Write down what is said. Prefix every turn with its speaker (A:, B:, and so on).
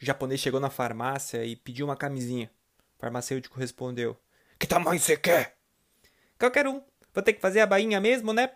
A: O japonês chegou na farmácia e pediu uma camisinha. O farmacêutico respondeu: Que tamanho você quer? Qualquer um. Vou ter que fazer a bainha mesmo, né?